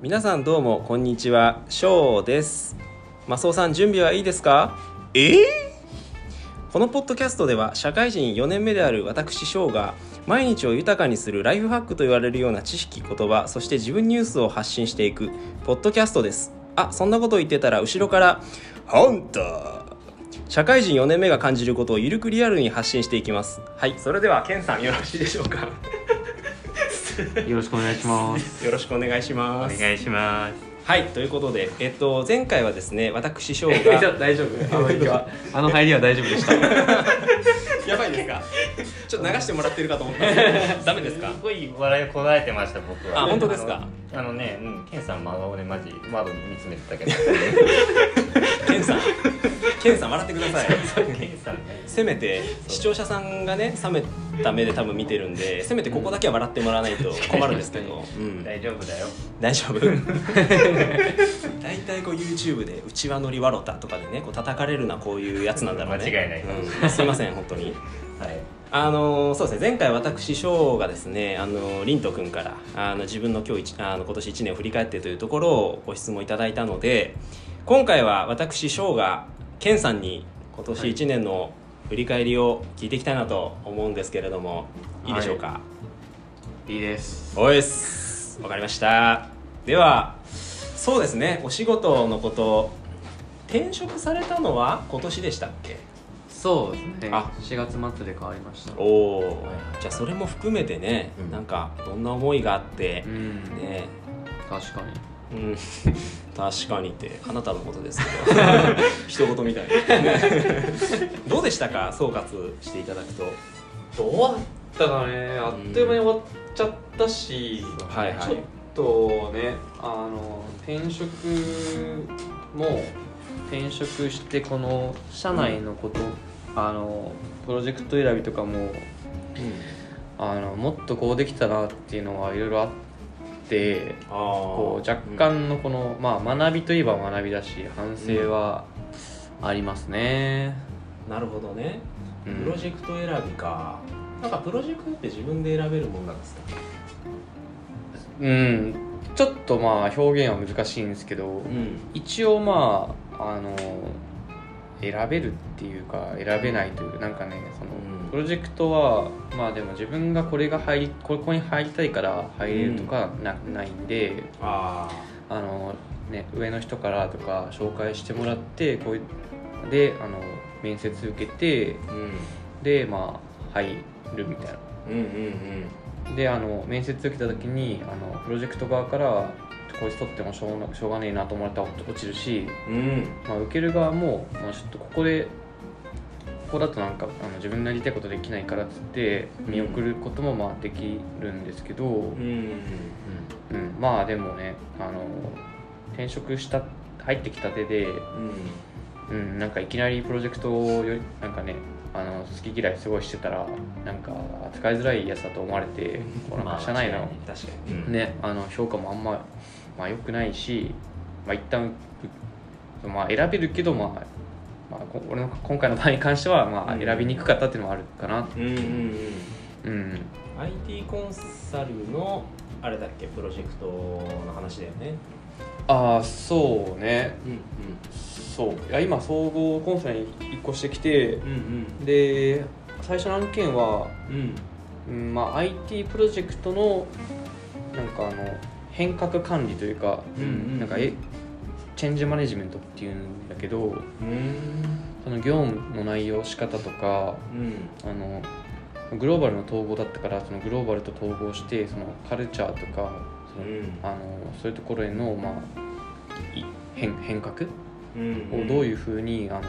皆さんどうもこんにちはショウですマスオさん準備はいいですかえこのポッドキャストでは社会人4年目である私ショウが毎日を豊かにするライフハックと言われるような知識言葉そして自分ニュースを発信していくポッドキャストですあそんなこと言ってたら後ろからハンター社会人4年目が感じることをゆるくリアルに発信していきますはいそれではケンさんよろしいでしょうかよろしくお願いします。よろしくお願いしおます願いします。はいということでえっと前回はですね私ショ ウが大丈夫。あのあの入りは大丈夫でした。やばいですか ちょっと流してもらってるかと思ったんで ダメですかすごい笑いをこらえてました僕は。あ本当ですかあの。あのね、うん、ケンさん真顔でマジ窓に見つめて たけど。ケンさんケンさん笑ってくださいケンさんね。せめて視聴者さんがね冷めた目で多分見てるんでせめてここだけは笑ってもらわないと困るんですけど、うん大丈夫だよ。大丈 夫大体こう YouTube で「うちわのりわろた」とかでねこう叩かれるのはこういうやつなんだろうね間違いないうんすいません本当にはい。あのーそうですね前回私翔がですねあの凛斗くんからあの自分の今日一あの今年1年を振り返ってというところをご質問いただいたので今回は私翔が健さんに今年1年の振り返りを聞いていきたいなと思うんですけれども、い、いでしょうか、いいです。おいっすわかりましたではそうですねお仕事のこと転職されたのは今年でしたっけそうですねあ4月末で変わりましたおおじゃあそれも含めてね、うんなんかどんな思いがあってう、んね確かにうん 確かにってあなたのことですけ ど一言みたい などうでしたか総括していただくとどうだったかねあっという間に終わっちゃったし、はいはいちょっとねあの転職もう転職してこの社内のこと、あのプロジェクト選びとかもあのもっとこうできたらっていうのはいろいろあってあここう若干のこの、まあ学びといえば学びだし反省はありますね、なるほどねうプロん、ジェクト選びかなんかプロジェクトって自分で選べるもんなんですかうんちょっとまあ表現は難しいんですけど、うん一応まああの選べるっていうか選べないというなんかねそのうんプロジェクトはまあでも自分がこれが入りここに入りたいから入れるとかな,、ないんでああの、ね、上の人からとか紹介してもらってこういうであの面接受けてあうんでまあ入るみたいな。うんうんであの面接受けた時にあのプロジェクト側からこいつ取ってもしょうがしょうがねえなと思われたら落ちるしうんうんまあ、受ける側も、まあ、ちょっとここでここだとなんかあの自分のやりたいことできないからっつって見送ることもまあできるんですけど、うんうんまあでもねあの転職した入ってきたてで、うんうん、なんかいきなりプロジェクトをよなんかねあの好き嫌いすごいしてたらなんか扱いづらいやつだと思われてこうなんまかあ社内の、確かうにん。ね、あの評価もあんま、まあ、良くないし、まあ、一旦、うまあ、選べるけど、まあまあ、こ俺の今回の場合に関しては、まうあ、ん選びにくかったっていうのはあるかな、うんうんうんうん、 IT コンサルのあれだっけプロジェクトの話だよねああそうねうんそういや今総合コンサルに移行してきてうんうんで最初の案件は、うんうんまあ、IT プロジェクトのなんかあの変革管理というか、うんうんなんかえチェンジマネジメントっていうんだけど、うんその業務の内容仕方とかうんあのグローバルの統合だったからそのグローバルと統合してそのカルチャーとかそのあのそういうところへの、まあ、い変変革うんをどういううふうにあの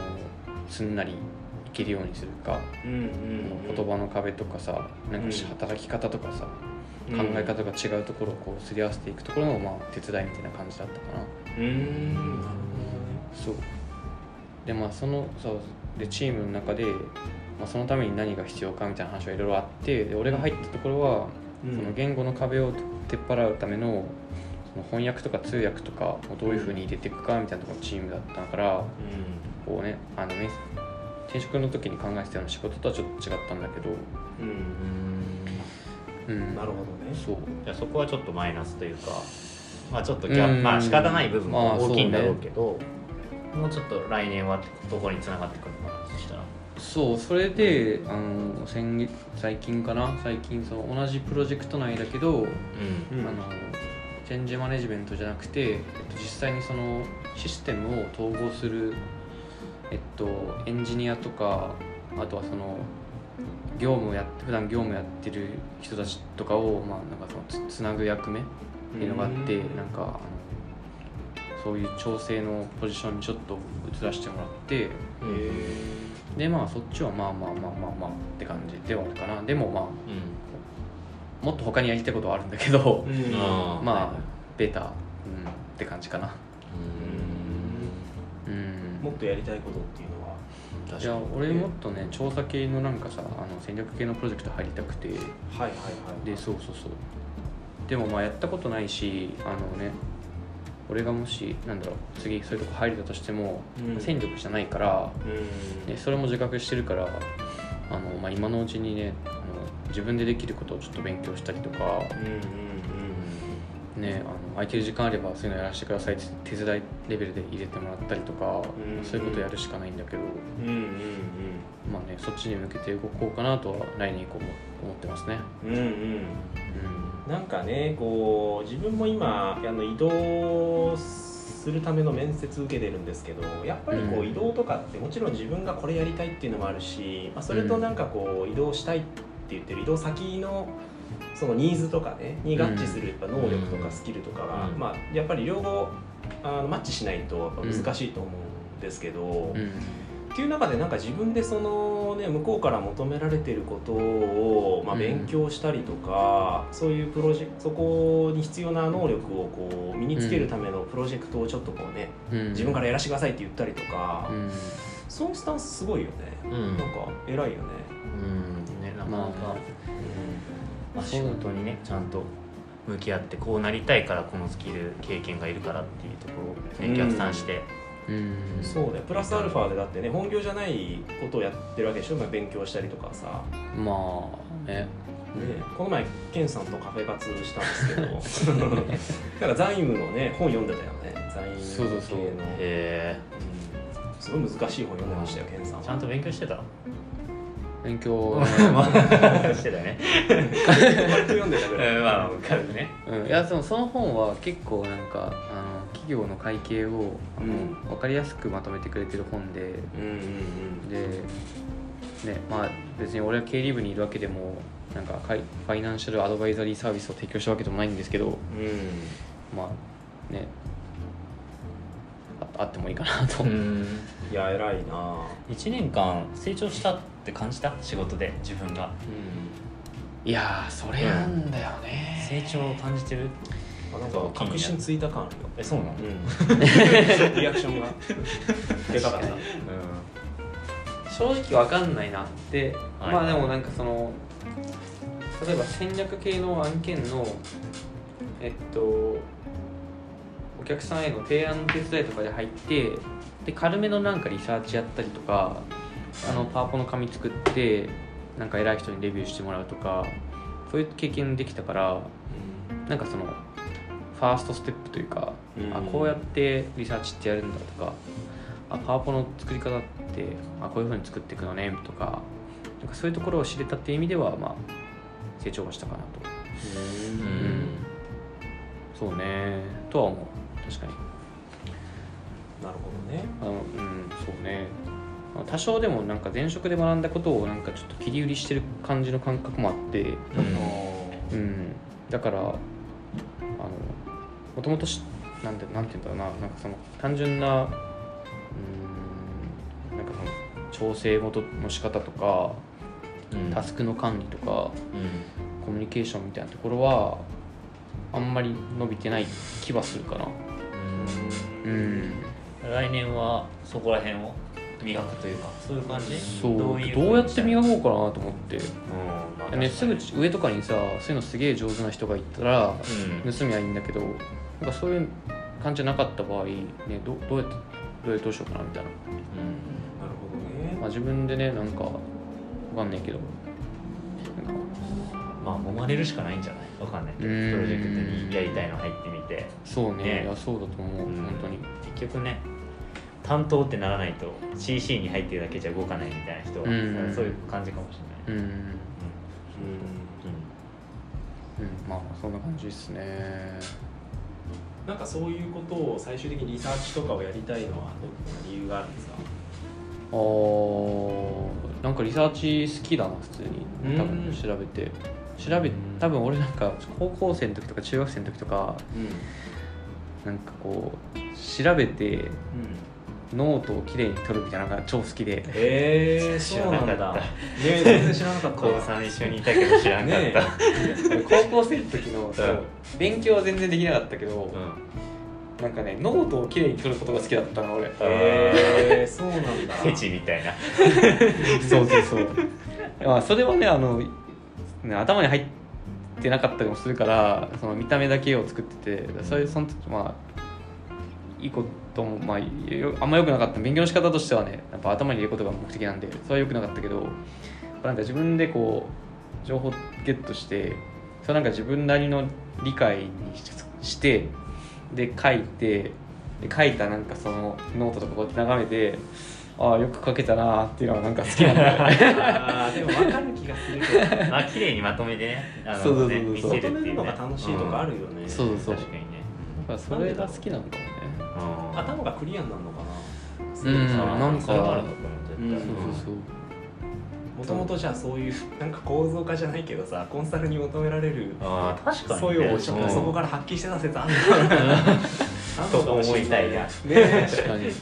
すんなりいけるようにするか、うんうんこの言葉の壁とかさなんかしうん働き方とかさ、考え方が違うところをこうすり合わせていくところの、まあ、手伝いみたいな感じだったかな。うんなるそうでまあそのそうでチームの中で、まあ、そのために何が必要かみたいな話はいろいろあってで俺が入ったところは、ほどねその言語の壁を取っ払うためのその翻訳とか通訳とかをどういうふうに入れていくかみたいなところのチームだったからこうねあの面転職の時に考えてたような仕事とはちょっと違ったんだけど、うんううんん、なるほどねそうじゃあそこはちょっとマイナスというか。まあ、ちょっとギャッうプんまあ仕方ない部分も大きいんだろうけど、もうちょっと来年はどこに繋がってくるのかなとしたら。そうそれであの先月最近かな最近その同じプロジェクト内だけど、あうのチェンジマネジメントじゃなくて、えっと、実際にそのシステムを統合する、えっと、エンジニアとかあとはその業務をやっ普段業務やってる人たちとかを、まあ、なんかそのつつなぐ役目っていうのがあってなんかあのそういう調整のポジションにちょっと移らせてもらってでまあそっちはまあまあまあまあまあって感じではあるかなでもまあもっと他にやりたいことはあるんだけどうんうんあまあベタ、うん、って感じかなうんもっとやりたいことっていうのはじゃあ俺もっとね調査系のなんかさあの戦略系のプロジェクト入りたくてはいはいでそうそうそうでもまあやったことないしあのね俺がもしなんだろう次そういうとこ入れたとしても、うん戦力じゃないからはいでそれも自覚してるからあの、まあ、今のうちにねあの自分でできることをちょっと勉強したりとか、うんうんうんね、あの空いてる時間あればそういうのやらせてくださいって手伝いレベルで入れてもらったりとか、うんそういうことやるしかないんだけど、うんうんうんまあね、そっちに向けて動こうかなとは来年以降も思ってますね。うんうんうんうんなんかねこう自分も今あの移動するための面接受けてるんですけどやっぱりこううん移動とかってもちろん自分がこれやりたいっていうのもあるし、まあ、それとなんかこう移動したいって言ってる移動先のそのニーズとかねに合致するやっぱ能力とかスキルとかが、うんまあ、やっぱり両方あのマッチしないとやっぱ難しいと思うんですけど。うんっていう中でなんか自分でその、ね、向こうから求められてることを、まあ、うん勉強したりとか、そういうプロジェクトそこに必要な能力をこう身につけるためのプロジェクトをちょっとこうね、うん自分からやらせてくださいって言ったりとか、うんそういうスタンスすごいよね、うんなんか偉いよね。うんねなかなか、まあまあ、仕事にねちゃんと向き合ってこうなりたいからこのスキル経験がいるからっていうところを、ね、うん逆算して、うんそうだよプラスアルファでだってね本業じゃないことをやってるわけでしょ、まあ、勉強したりとかさ、ね、まあね、この前ケンさんとカフェ活したんですけど なんかザイムのね本読んでたよねザイム系のそうそうそうへすごい難しい本読んでましたよ、ケンさんえは。ちゃんと勉強してた勉 強、してたね、軽く読んでたう ぐらい。ん、まあ軽くねうん、いやでもその本は結構なんかあの企業の会計をあの、うん分かりやすくまとめてくれてる本でうんうんうん。で、ねまあ、別に俺は経理部にいるわけでもなんかかいファイナンシャルアドバイザリーサービスを提供したわけでもないんですけどうん。まあねああってもいいかなと、うんいや、偉いな。 1年間成長したって感じた仕事で自分がうん。いやーそれなんだよね、成長を感じてるあ、なんか確信ついた感あるよ。えそうなの、うん。 リアクショ ンが。でかかった。正直わかんないなで、はいまあでもなんかその例えば戦略系の案件のえっとお客さんへの提案の手伝いとかで入ってで軽めのなんかリサーチやったりとかあのパワポの紙作ってなんか偉い人にレビューしてもらうとかそういう経験できたからなんかそのファーストステップというか、うんあこうやってリサーチってやるんだとかあパワポの作り方ってあこういうふうに作っていくのねとかなんかそういうところを知れたっていう意味では、まあ、成長はしたかなとうんそうねとは思う確かになるほどね。あのうんそうねあの多少でもなんか前職で学んだことをなんかちょっと切り売りしてる感じの感覚もあってうん、だからあのもともとしなんてなんて言うんだろうななんかその単純なうんなんかその調整事の仕方とかうんタスクの管理とかうんコミュニケーションみたいなところはあんまり伸びてない気はするかなうん来年はそこら辺を磨くというかそういう感じそうどうやって磨こうかなと思って、うんまあね、すぐ上とかにさそういうのすげえ上手な人がいたらうん盗みはいいんだけどなんかそういう感じじゃなかった場合、ね、どどうやってどうやってどうしようかなみたいな、なるほどね。まあ、自分でねなんかわかんないけどなんかうんまあ揉まれるしかないんじゃないわかんないけどうんプロジェクトにやりたいの入ってみてそうねねいやそうだと思う、うん本当に結局ね担当ってならないと CC に入ってるだけじゃ動かないみたいな人は、うんそういう感じかもしれうない、ん、うんうんまあそんな感じですねなんかそういうことを最終的にリサーチとかをやりたいのはどんな理由があるんですかあーなんかリサーチ好きだな普通うんに多分調べて調べ多分俺なんか高校生の時とか中学生の時とかうんうんなんかこう調べてノートをきれいに取るみたいなのが超好きでえー、知そらうななかんっただね全然知らなかっ高た3一緒にいたけど知らんかねえった、高校生の時のそう勉強は全然できなかったけどうんなんかねノートをきれいに取ることが好きだったな俺えー、そうなん だフェチみた いなそうそうそうまあそれはねあのね頭に入ってなかったりもするからその見た目だけを作っててそれその時まあいいことも、まあ、よあんま良くなかった勉強の仕方としてはねやっぱ頭に入れることが目的なんでそれは良くなかったけどやっぱなんか自分でこう情報ゲットしてそれなんか自分なりの理解にししてで書いてで書いたなんかそのノートとかこうやって眺めてああよく書けたなーっていうのはなんか好きなんだよねあーでも分かる気がするけどまあ綺麗にまとめてねあそうそのうそうねそう見せまるってとめいるうのがね楽しいとかあるよね、んそうそうそう確かにねまあ、それが好きなのかもねうん頭がクリアになるのかうな、んそうなんかそういうのあるのかな絶対うんそうもともとじゃあそういうなんか構造化じゃないけどさコンサルに求められるああ確かにねそういうおしゃんそこから発揮してた説あんのかなあんのかもしれなと思いたいなねえ確かにフ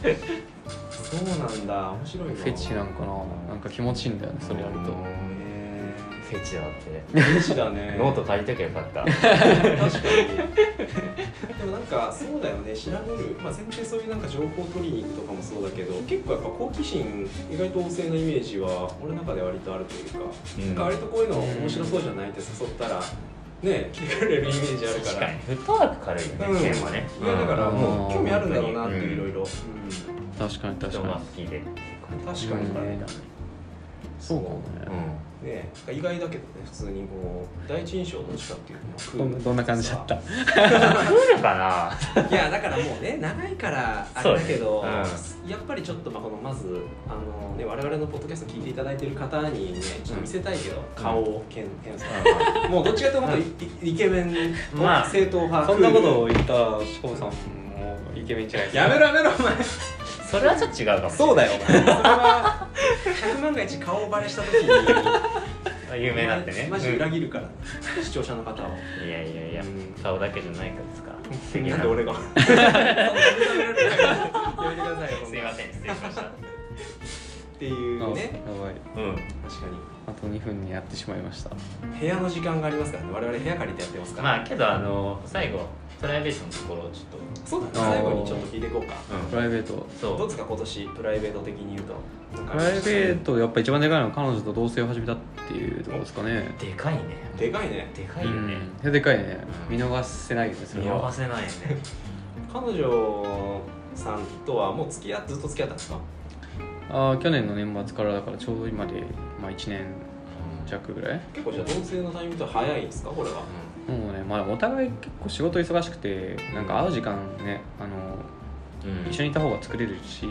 そうなんだ面白いなェチなんかななんか気持ちいいんだよねそれやるとへフェチだってえフェチだねノート借りときゃよかった 確かにでもなんかそうだよね調べる、まあ、全然そういうなんか情報取りに行くとかもそうだけど結構やっぱ好奇心意外と旺盛なイメージは俺の中で割とあるというか,、うんなんか割とこういうの面白そうじゃないって誘ったらね来てくれるイメージあるから確かにフットワーク軽いよねうん剣はねいやだからもううん興味あるんだろうなってうんいろいろ確かに確人がか好きで確かにねにそうかもねね意外だけどね普通にこう第一印象どっちかっていうどんのなどんな感じだった来るかないやだからもうね長いからあれだけど、そうねやっぱりちょっとまあこのまずあの、ね、我々のポッドキャスト聞いていただいてる方にねちょっと見せたいけど、顔をけんけんさんもうどっちかというとイイケメンとまあ正統派、そんなことを言った志功さんもイケメンじゃないやめろやめろお前それはちょっと違うかもしれないそうだよそれは100万が一顔バレした時にまあ有名になってねマジ裏切るから、視聴者の方をうんいやいやいやうん顔だけじゃないからですか なんで俺がやめてくださいよすいません失礼しましたっていうやねばいうん確かにあと2分にやってしまいました部屋の時間がありますからね我々部屋借りてやってますから、まあけどあの最後プライベートのところをちょっとそうだね最後にちょっと聞いていこうかプライベートそうどうですか今年プライベート的に言うとプライベートやっぱ一番でかいのは彼女と同棲を始めたっていうところですかねでかいねでかいねでかいよねうんいやでかいねうん見逃せないよねそ見れは逃せないよね彼女さんとはもう付き合ずっと付き合ったんですかあー去年の年末からだからちょうど今で、まあ、1年弱ぐらい結構じゃあ同性のタイミングと早いんですかこれはもうね、まあ、お互い結構仕事忙しくてなんか会う時間ねあのうん一緒にいた方が作れるし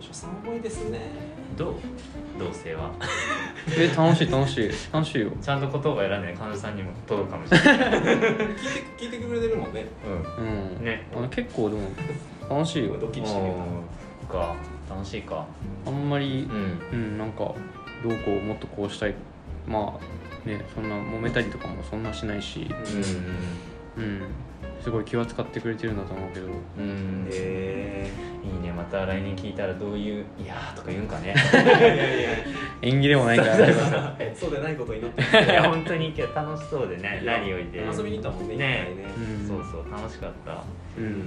彼女さん思いですねどう同棲は え楽しい楽しい楽しいよちゃんと言葉選んでね彼女さんにも届くかもしれ ない聞いて聞いてくれてるもんねうん、ねあの結構でも楽しいよドキッうんとしてるよそっか楽しいかあんまりんうんなんかどうこうもっとこうしたいまあねそんな揉めたりとかもそんなしないしうんすごい気は使ってくれてるんだと思うけどうんうんへいいねまた来年聞いたらどういう「いやー」とか言うんかねえいやいやいや縁起でもない からそうでないことを祈っていや 本当に今日楽しそうでね何よりで遊びに行ったもんねね一回ねうんそうそう楽しかったうん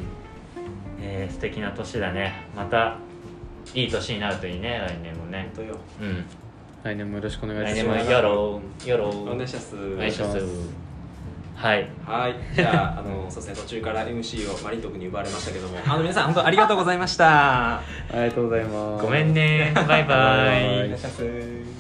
えー、素敵な年だねまたいい年になるといいね来年もね本当ようん来年もよろしくお願い来し年もますよろよろお願いしますお願いしますお願いしはいはい、じゃあ、あの、 そうですね、途中から MC をマリント君に奪われましたけども、あの、皆さん、本当ありがとうございました。ありがとうございますごめんねバイバイいします。